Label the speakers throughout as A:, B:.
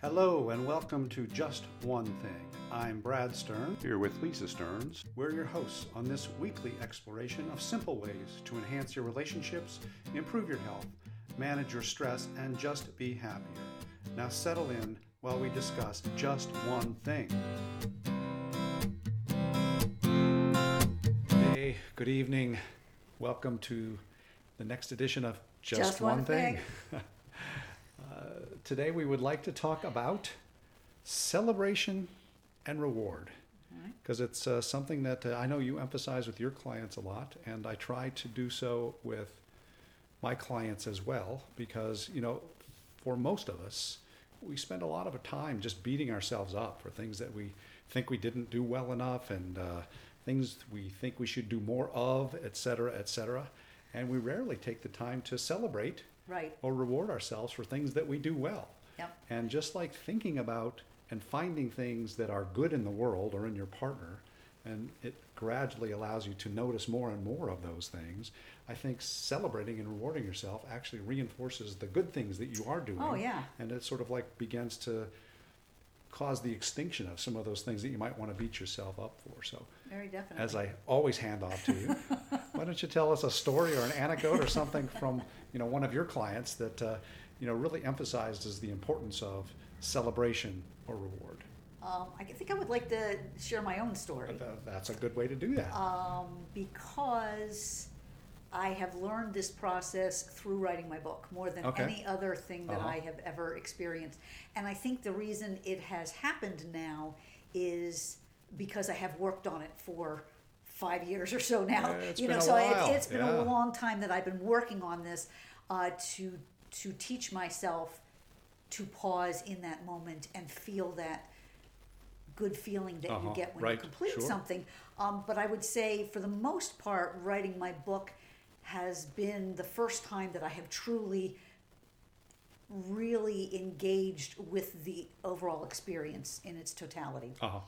A: Hello and welcome to Just One Thing. I'm Brad Stern, here with Lisa Stearns. We're your hosts on this weekly exploration of simple ways to enhance your relationships, improve your health, manage your stress, and just be happier. Now settle in while we discuss just one thing. Hey, good evening. Welcome to the next edition of Just,
B: Just One Thing.
A: Uh, today we would like to talk about celebration and reward because it's uh, something that uh, I know you emphasize with your clients a lot, and I try to do so with my clients as well because you know for most of us we spend a lot of time just beating ourselves up for things that we think we didn't do well enough and uh, things we think we should do more of et cetera, et cetera. and we rarely take the time to celebrate
B: Right.
A: or reward ourselves for things that we do well
B: Yep.
A: and just like thinking about and finding things that are good in the world or in your partner, and it gradually allows you to notice more and more of those things, I think celebrating and rewarding yourself actually reinforces the good things that you are doing.
B: Oh, yeah.
A: And it sort of like begins to cause the extinction of some of those things that you might want to beat yourself up for. So,
B: Very definitely.
A: as I always hand off to you, why don't you tell us a story or an anecdote or something from you know one of your clients that uh, you know really emphasizes the importance of celebration or reward?
B: um, I think I would like to share my own story
A: Th- That's a good way to do that.
B: um, because I have learned this process through writing my book more than
A: Okay.
B: any other thing that
A: Uh-huh.
B: I have ever experienced. And I think the reason it has happened now is because I have worked on it for five years or so now.
A: Yeah, it's
B: you
A: been
B: know,
A: a
B: so
A: while.
B: I, it's been
A: Yeah.
B: a long time that I've been working on this uh, to to teach myself to pause in that moment and feel that good feeling that
A: Uh-huh,
B: you get when
A: right,
B: you complete
A: sure.
B: something. Um, but I would say, for the most part, writing my book has been the first time that I have truly, really engaged with the overall experience in its totality.
A: uh-huh.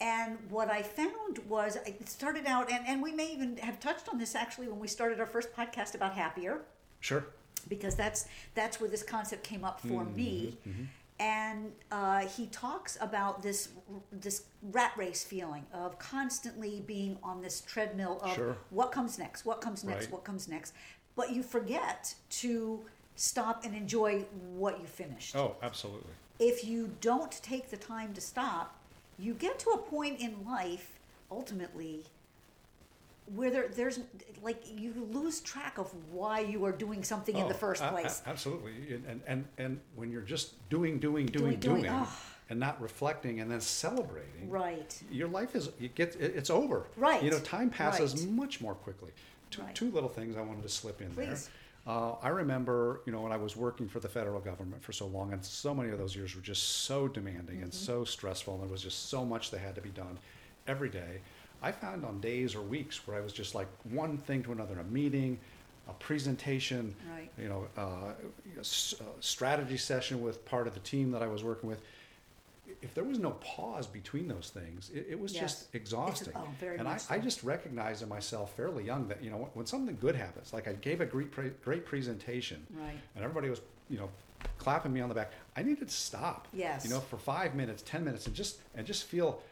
B: And what I found was it started out, and, and we may even have touched on this actually when we started our first podcast about happier
A: Sure.
B: because that's that's where this concept came up for me.
A: Mm-hmm,
B: And uh, he talks about this this rat race feeling of constantly being on this treadmill of
A: Sure.
B: what comes next, what comes next,
A: Right.
B: what comes next, but you forget to stop and enjoy what you finished
A: Oh, absolutely.
B: if you don't take the time to stop, you get to a point in life ultimately where there, there's like you lose track of why you are doing something in the
A: Oh,
B: first
A: a- a-
B: place.
A: absolutely. And, and and and when you're just doing, doing, doing, doing,
B: Doing, doing, ah.
A: and not reflecting and then celebrating.
B: right.
A: your life is it gets it- it's over.
B: Right.
A: You know, time passes
B: Right.
A: much more quickly. Two,
B: Right.
A: two little things I wanted to slip in
B: Please.
A: there. Uh, I remember, you know, when I was working for the federal government for so long, and so many of those years were just so demanding and
B: Mm-hmm.
A: so stressful, and there was just so much that had to be done every day. I found on days or weeks where I was just like one thing to another, a meeting, a presentation,
B: Right.
A: you know, uh, a s- a strategy session with part of the team that I was working with if there was no pause between those things, it, it was
B: Yes.
A: just exhausting.
B: It's- oh, very
A: and I,
B: much so.
A: I just recognized in myself fairly young that you know when, when something good happens, like I gave a great pre- great presentation,
B: Right.
A: and everybody was you know clapping me on the back. I needed to stop,
B: Yes.
A: you know, for five minutes, ten minutes, and just and just feel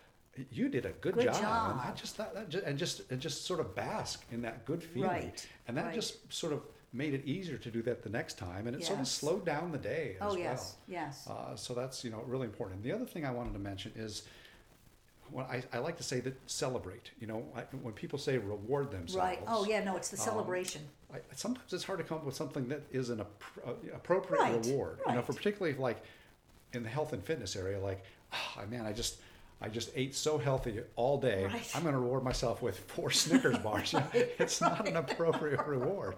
A: you did a good,
B: Good
A: and I
B: job.
A: just that, that just, and just and just sort of bask in that good feeling,
B: Right,
A: and that
B: right.
A: just sort of made it easier to do that the next time, and it sort of
B: Yes.
A: slowed down the day as
B: Oh,
A: well.
B: yes, yes.
A: Uh, so that's you know really important. And the other thing I wanted to mention is, when I, I like to say that celebrate. You know, I, when people say reward themselves,
B: Right. Oh, yeah, no, it's the
A: um,
B: celebration.
A: I, sometimes it's hard to come up with something that is an appro- uh, appropriate
B: Right,
A: reward. You know,
B: right.
A: for particularly if, like in the health and fitness area, like, ah, man, I just. I just ate so healthy all day.
B: Right.
A: I'm going to reward myself with four Snickers bars. You know, it's not an appropriate reward.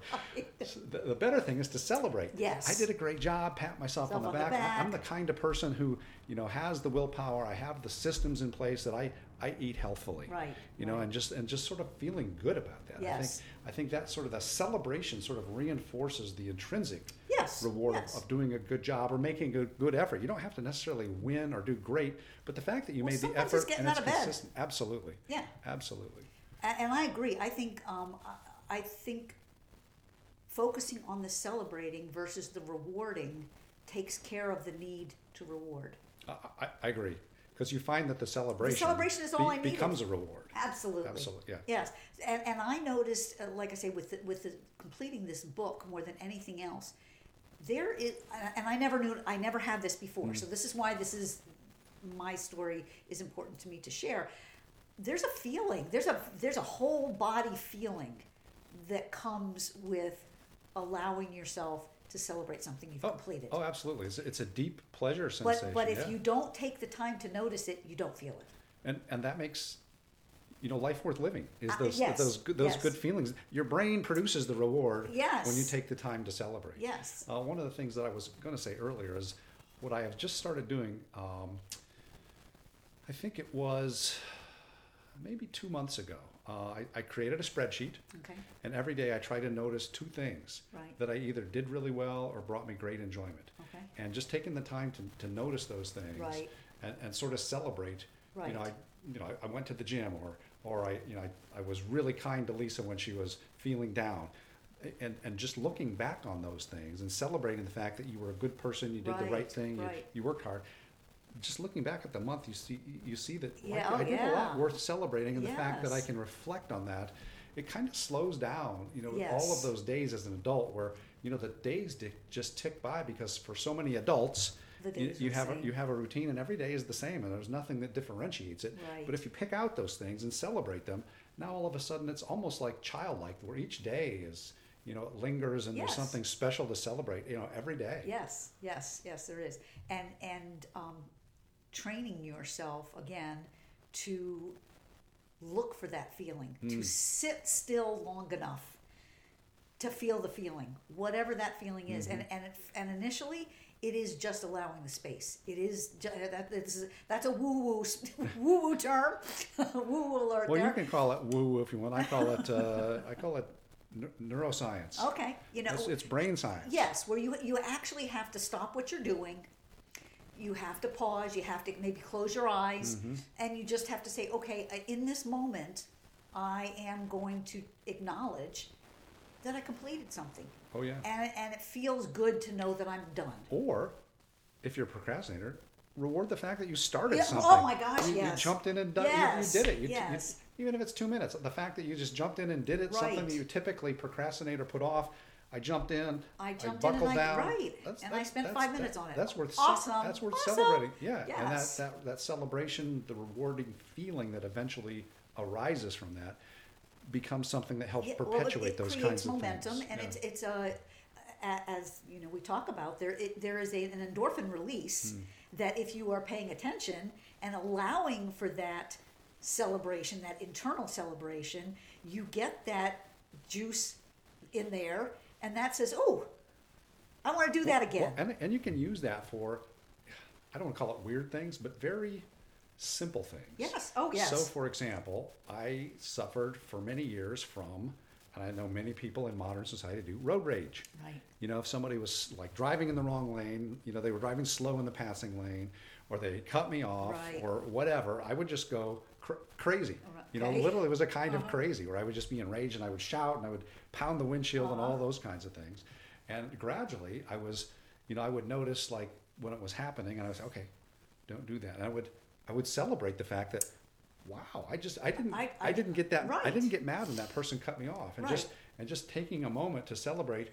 A: So The, the better thing is to celebrate.
B: Yes.
A: I did a great job. Pat myself on the
B: Self on the
A: back. I- I'm the
B: back.
A: kind of person who, you know, has the willpower. I have the systems in place that I, I eat healthfully.
B: Right,
A: You know,
B: right.
A: and just and just sort of feeling good about that.
B: Yes.
A: I think I think that sort of the celebration sort of reinforces the intrinsic
B: Yes,
A: reward
B: yes.
A: Of, of doing a good job or making a good effort. You don't have to necessarily win or do great, but the fact that you
B: Well,
A: made the
B: sometimes
A: effort
B: it's getting
A: and it's
B: out of bed.
A: consistent. Absolutely.
B: Yeah.
A: Absolutely.
B: A- And I agree. I think um, I- I think focusing on the celebrating versus the rewarding takes care of the need to to reward.
A: I, I, I agree. Because you find that the celebration,
B: celebration is all I needed.
A: becomes a reward.
B: Absolutely.
A: Absolutely, yeah.
B: Yes, and, and I noticed, uh, like I say, with the, with the, completing this book more than anything else, there is, and I never knew, I never had this before.
A: Mm-hmm.
B: So this is why this is my story is important to me to share. There's a feeling. There's a there's a whole body feeling that comes with allowing yourself to celebrate something you've
A: Oh,
B: completed.
A: Oh, absolutely. It's, it's a deep pleasure sensation.
B: but but if
A: yeah.
B: you don't take the time to notice it, you don't feel it.
A: and and that makes you know life worth living is
B: Uh,
A: those
B: yes,
A: those good those
B: yes.
A: good feelings your brain produces the reward when you
B: Yes.
A: take the time to celebrate
B: Yes.
A: uh, one of the things that i was going to say earlier is what i have just started doing um, i think it was maybe two months ago uh, I, I created a spreadsheet
B: Okay.
A: and every day i try to notice two things
B: Right.
A: that i either did really well or brought me great enjoyment
B: Okay.
A: and just taking the time to, to notice those things
B: Right.
A: and, and sort of celebrate you know i
B: Right.
A: you know I, I went to the gym or or i you know I, I was really kind to lisa when she was feeling down and and just looking back on those things and celebrating the fact that you were a good person you did the right
B: Right,
A: thing you,
B: right.
A: you worked hard just looking back at the month you see you see that like,
B: Yeah, oh,
A: i did a lot
B: yeah.
A: worth celebrating and the fact that i
B: Yes.
A: can reflect on that it kind of slows down you know all of
B: Yes.
A: those those days as an adult where you know the days di- just tick by because for so many adults
B: The
A: you,
B: days are
A: you
B: the
A: have a,
B: same.
A: you have a routine and every day is the same and there's nothing that differentiates it
B: Right.
A: but if you pick out those things and celebrate them now all of a sudden it's almost like childlike where each day is you know it lingers and there's
B: Yes.
A: something special to celebrate you know every day
B: Yes, yes, yes, there is, and and um, training yourself again to look for that feeling,
A: Hmm.
B: to sit still long enough to feel the feeling, whatever that feeling is, and
A: Mm-hmm.
B: and it, and initially. It is just allowing the space. It is ju- uh, that this is, that's a woo woo woo woo term, woo woo alert.
A: well
B: there.
A: you can call it woo woo if you want i call it uh, i call it neu- neuroscience
B: okay, you know
A: it's, it's brain science
B: Yes, where you you actually have to stop what you're doing. You have to pause. You have to maybe close your eyes, and you just have to say, okay, I- in this moment, I am going to acknowledge that I completed something,
A: oh yeah
B: and and it feels good to know that I'm done.
A: Or, if you're a procrastinator, reward the fact that you started
B: Yeah, oh
A: something.
B: my gosh,
A: You- you,
B: yes.
A: jumped in and done. you-
B: Yes,
A: You, did it. You, you-
B: yes.
A: even if it's two minutes, the fact that you just jumped in and did it, something
B: Right.
A: that you typically procrastinate or put off. I jumped in.
B: I jumped in and
A: buckled
B: I-
A: down.
B: right,
A: That's-
B: and I
A: that's-
B: spent
A: that's-
B: five minutes on it.
A: That's worth ce-
B: Awesome,
A: That's worth
B: awesome,
A: celebrating. Yeah, and that,
B: yes.
A: that that celebration, the rewarding feeling that eventually arises from that, becomes something that helps
B: Yeah, well, it-
A: perpetuate
B: it
A: those
B: creates
A: kinds of
B: momentum,
A: things.
B: and
A: Yeah.
B: it's it's a, a as you know we talk about there it, there is a, an endorphin release
A: Hmm.
B: that if you are paying attention and allowing for that celebration, that internal celebration, you get that juice in there, and that says, oh, I want to do that again.
A: Well, and, and you can use that for, I don't want to call it weird things, but very simple things.
B: Yes. Oh,
A: So,
B: yes.
A: for example, I suffered for many years from, and I know many people in modern society do, road rage.
B: Right.
A: You know, if somebody was like driving in the wrong lane, you know, they were driving slow in the passing lane, or they cut me off,
B: Right.
A: or whatever, I would just go cr- crazy. You know,
B: Okay. Uh-huh.
A: literally, it was a kind of crazy where I would just be enraged and I would shout and I would pound the windshield and
B: Uh-huh.
A: all those kinds of things. And gradually, I was, you know, I would notice like when it was happening, and I was okay, don't do that. And I would, I would celebrate the fact that, wow, I just, I didn't, I,
B: I- I-
A: didn't get that, I
B: Right.
A: didn't get mad when that person cut me off, and just,
B: Right.
A: and just taking a moment to celebrate.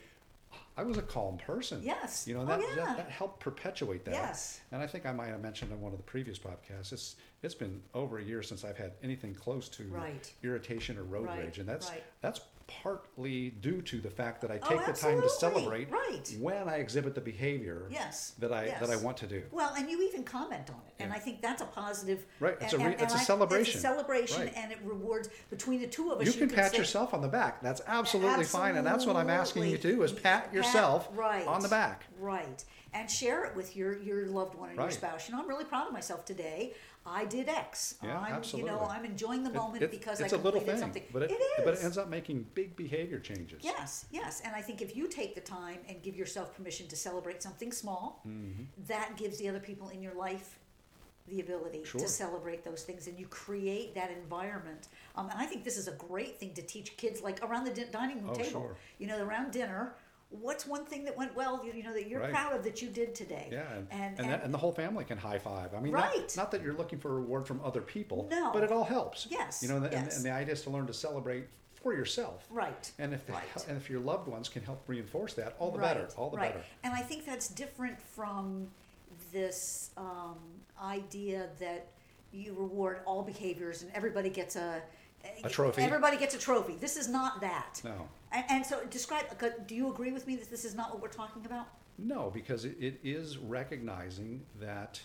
A: I was a calm person.
B: Yes.
A: You know,
B: Oh,
A: that,
B: yeah.
A: that, that helped perpetuate that.
B: Yes.
A: And I think I might have mentioned on one of the previous podcasts, it's it's been over a year since I've had anything close to
B: Right.
A: irritation or road
B: Right,
A: rage, and that's
B: right.
A: that's partly due to the fact that I
B: Oh,
A: take the time to
B: absolutely,
A: celebrate
B: right.
A: when I exhibit the behavior
B: Yes,
A: that I that I
B: yes.
A: want to do.
B: Well, and you even comment on it, and
A: Yeah.
B: I think that's a positive.
A: Right, it's a
B: and-
A: re-
B: and-
A: it's a
B: and I-
A: celebration.
B: It's a celebration,
A: Right.
B: and it rewards between the two of us.
A: You can
B: could
A: pat
B: say-
A: yourself on the back. That's absolutely, fine, and that's what I'm asking you to do is pat yourself
B: right,
A: on the back.
B: Right, and share it with your your loved one or your
A: Right.
B: spouse. You know, I'm really proud of myself today. I did X.
A: Yeah,
B: I'm, You
A: absolutely.
B: know, I'm enjoying the
A: It-
B: moment
A: it-
B: because
A: it's
B: I
A: a little
B: completed
A: thing,
B: something.
A: but it,
B: it is.
A: but it ends up making big behavior changes.
B: Yes, yes. And I think if you take the time and give yourself permission to celebrate something small,
A: Mm-hmm.
B: that gives the other people in your life the ability
A: Sure.
B: to celebrate those things and you create that environment. Um, and I think this is a great thing to teach kids, like around the din- dining room
A: Oh,
B: table.
A: sure.
B: You know, around dinner what's one thing that went well, you, you know, that you're
A: Right.
B: proud of that you did today?
A: Yeah, and
B: And,
A: and, that, and the whole family can high five. I mean,
B: Right.
A: not, not that you're looking for a reward from other people,
B: No.
A: but it all helps.
B: Yes,
A: you know, and, the- and the-
B: yes.
A: and the idea is to learn to celebrate for yourself.
B: right.
A: And if the,
B: Right.
A: and if your loved ones can help reinforce that, all the better. All the
B: right.
A: better.
B: And I think that's different from this um, idea that you reward all behaviors and everybody gets a,
A: A trophy.
B: Everybody gets a trophy. This is not that.
A: No.
B: And, and so describe. uh, Do you agree with me that this is not what we're talking about?
A: No, because it, it is recognizing that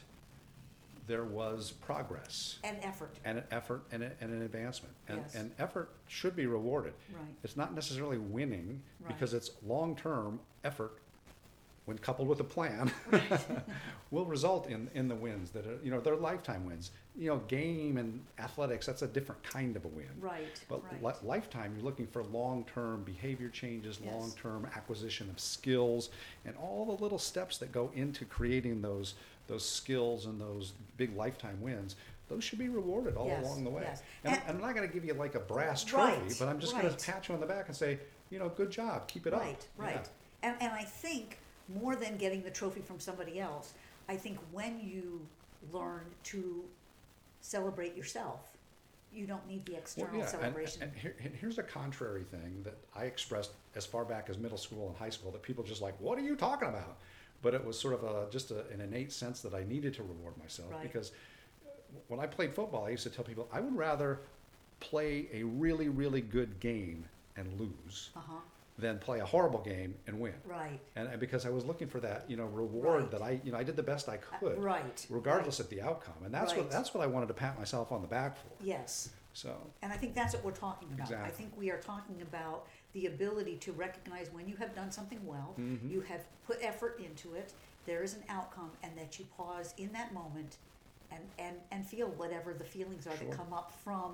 A: there was progress
B: And effort.
A: and an effort and, a, and an advancement. And,
B: Yes.
A: and effort should be rewarded.
B: Right.
A: It's not necessarily winning
B: Right.
A: because it's long term effort when coupled with a plan will result in, in the wins that are, you know, they're lifetime wins. You know, game and athletics, that's a different kind of a win.
B: Right.
A: But
B: right.
A: li- lifetime, you're looking for long-term behavior changes,
B: Yes.
A: long-term acquisition of skills, and all the little steps that go into creating those those skills and those big lifetime wins. Those should be rewarded all
B: Yes,
A: along the way.
B: yes.
A: And,
B: And-
A: I'm not going to give you like a brass
B: Right,
A: trophy, but I'm just going
B: right.
A: to pat you on the back and say, you know, good job, keep it up.
B: Right, right. And, and I think more than getting the trophy from somebody else, I think when you learn to celebrate yourself, you don't need the
A: Well,
B: external
A: yeah, and-
B: celebration.
A: And, here, and here's a contrary thing that I expressed as far back as middle school and high school that people just like, what are you talking about? But it was sort of a, just a, an innate sense that I needed to reward myself
B: Right.
A: because uh, when I played football, I used to tell people I would rather play a really, really good game and lose
B: uh-huh.
A: than play a horrible game and win.
B: Right.
A: And, and because I was looking for that, you know, reward
B: Right. Uh,
A: that I, you know, I did the best I could,
B: right,
A: regardless of the outcome. And that's
B: Right.
A: what that's what I wanted to pat myself on the back for.
B: Yes.
A: So
B: And I think that's what we're talking about. I
A: Exactly.
B: think we are talking about the ability to recognize when you have done something well,
A: Mm-hmm.
B: you have put effort into it, there is an outcome, and that you pause in that moment and, and, and feel whatever the feelings are
A: Sure.
B: that come up from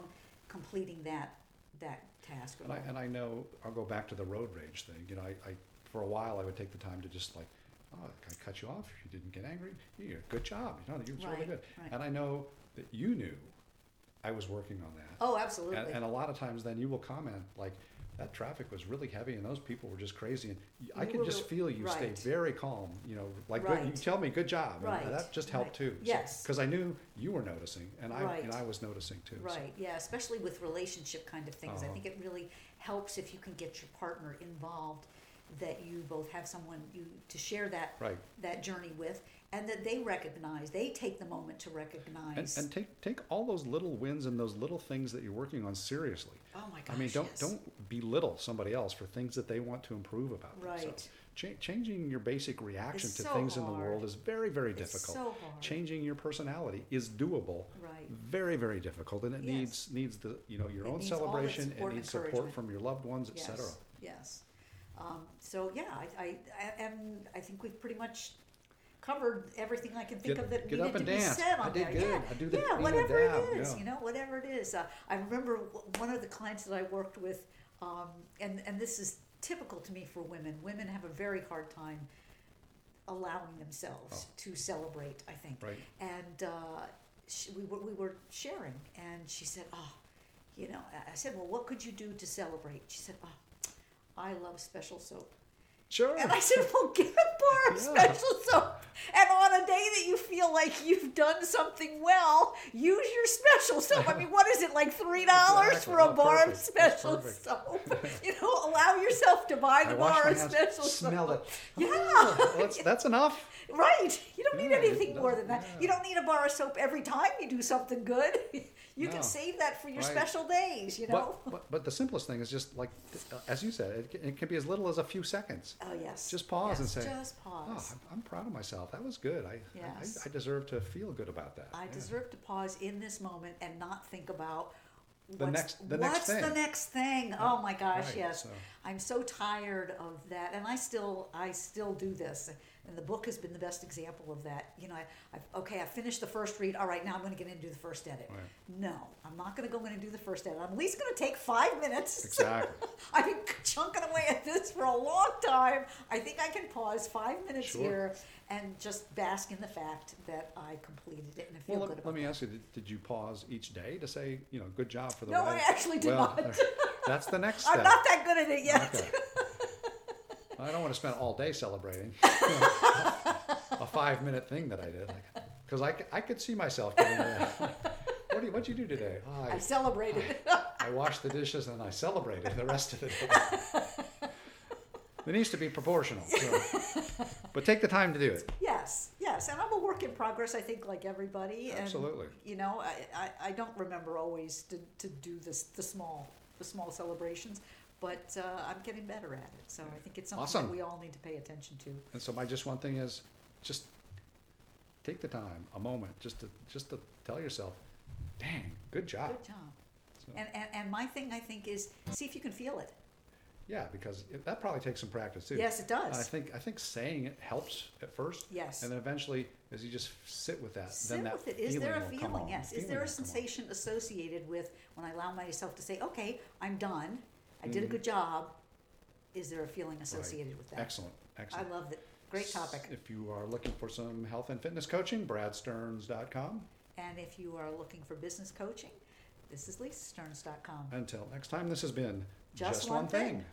B: completing that that task. or
A: And I,
B: goal.
A: and I know, I'll go back to the road rage thing, you know, I, I, for a while, I would take the time to just like, oh, I cut you off, you didn't get angry, you, good job, you know, you was really
B: Right,
A: good.
B: right.
A: And I know that you knew I was working on that.
B: oh, absolutely.
A: And, and a lot of times then you will comment like, that traffic was really heavy and those people were just crazy. And y- I
B: You
A: could
B: were
A: just
B: re-
A: feel you
B: right.
A: stay very calm, you know, like good, you
B: Right.
A: tell me, good job. and
B: Right,
A: That just helped
B: right.
A: too.
B: Yes.
A: Because I knew you were noticing and I,
B: Right.
A: and I was noticing too. so.
B: Right, yeah, especially with relationship kind of things. I
A: Uh-huh.
B: think it really helps if you can get your partner involved, that you both have someone you to share that
A: Right.
B: that journey with, and that they recognize, they take the moment to
A: And,
B: recognize.
A: and take take all those little wins and those little things that you're working on seriously.
B: oh my gosh!
A: I mean, don't
B: yes.
A: don't belittle somebody else for things that they want to improve about. themselves.
B: Right.
A: Cha- changing your basic reaction
B: It's
A: to
B: so
A: things in the world
B: hard.
A: is very very
B: It's
A: difficult.
B: so hard.
A: Changing your personality is doable.
B: Right.
A: Very very difficult, and it
B: Yes.
A: needs needs the you know your
B: It
A: own
B: needs all that
A: celebration. it
B: support and
A: needs support
B: encouragement.
A: from your loved ones,
B: yes,
A: etc.
B: Yes. Um, so yeah, I, I, I and I think we've pretty much covered everything I can think
A: Get-
B: of that
A: get
B: needed
A: up and
B: to
A: dance.
B: be said
A: I
B: on
A: did
B: there.
A: good.
B: Yeah,
A: I do the-
B: yeah,
A: do the
B: whatever it
A: dab,
B: is,
A: yeah.
B: you know, whatever it is. Uh, I remember w- one of the clients that I worked with, um, and and this is typical to me for women. Women have a very hard time allowing themselves
A: Oh.
B: to celebrate. I think
A: Right.
B: and uh, she, we, were, we were sharing and she said oh you know i I said well what could you do to celebrate she said oh i love special soap
A: Sure.
B: and i said well get a bar of
A: Yeah.
B: special soap and on a day that you feel like you've done something well use your special soap i mean what is it like three dollars
A: Exactly.
B: for a
A: Oh,
B: bar of
A: perfect. That's
B: special
A: perfect.
B: soap you know allow yourself to buy
A: I
B: the
A: wash
B: bar
A: my
B: of
A: hands,
B: special soap
A: Smell it.
B: yeah
A: Well, that's, that's enough.
B: Right. You don't need
A: Yeah, you
B: anything more than that.
A: don't-
B: You
A: yeah.
B: don't need a bar of soap every time you do something good. You
A: No.
B: can save that for your
A: Right.
B: special days, you know?
A: But, but but the simplest thing is just like uh, as you said, it, c- it can be as little as a few seconds.
B: oh, yes.
A: Just pause and say,
B: Yes, Just
A: Oh,
B: pause.
A: I'm, I'm proud of myself. That was good. I,
B: Yes.
A: I, I deserve to feel good about that.
B: I
A: Yeah.
B: deserve to pause in this moment and not think about
A: The
B: what's,
A: next- the next
B: what's the
A: thing.
B: next thing. Oh my gosh,
A: Right,
B: yes.
A: so-
B: I'm so tired of that, and I still I still do this. And the book has been the best example of that. You know, I, I okay, I finished the first read. All right, now I'm going to get in and do the first edit.
A: Right.
B: No, I'm not going to go in and do the first edit. I'm at least going to take five minutes.
A: Exactly.
B: I've been chunking away at this for a long time. I think I can pause five minutes
A: Sure.
B: here and just bask in the fact that I completed it and I feel
A: Well,
B: good
A: let,
B: about
A: let me ask you: did, did you pause each day to say, you know, good job for the?
B: No,
A: way-
B: I actually did
A: well,
B: not.
A: That's the next
B: I'm
A: step.
B: not that good at it yet.
A: Okay. I don't want to spend all day celebrating a five minute thing that I did. Because I, c- I could see myself getting that. What do you, what'd you do today? "Oh,
B: I celebrated.
A: I washed the dishes and I celebrated the rest of the day. It needs to be proportional. so. But take the time to do it.
B: Yes, yes, and I'm a work in progress. I think, like everybody. And,
A: Absolutely.
B: You know, I, I, I don't remember always to, to do this the small the small celebrations, but uh, I'm getting better at it. So I think it's something
A: Awesome.
B: that we all need to pay attention to.
A: And so my just one thing is just take the time, a moment, just to just to tell yourself, dang, good job.
B: Good job.
A: Ah. So-
B: And, and and my thing I think is see if you can feel it.
A: Yeah, because it, that probably takes some practice too.
B: Yes, it
A: And I
B: does.
A: think I think saying it helps at first.
B: Yes.
A: And then eventually, as you just sit with that,
B: Sit
A: then that
B: with it. Is there a
A: will come
B: feeling?
A: on,
B: Yes. Is
A: feeling
B: there
A: will
B: a
A: come on.
B: sensation associated with when I allow myself to say, okay, I'm done, I did a
A: Mm-hmm.
B: good job? Is there a feeling associated with that?
A: Excellent,
B: I
A: excellent.
B: love that. Great topic.
A: If you are looking for some health and fitness coaching, bradstearns.com.
B: And if you are looking for business coaching, this is lisasterns.com.
A: Until next time, this has been
B: Just One Thing.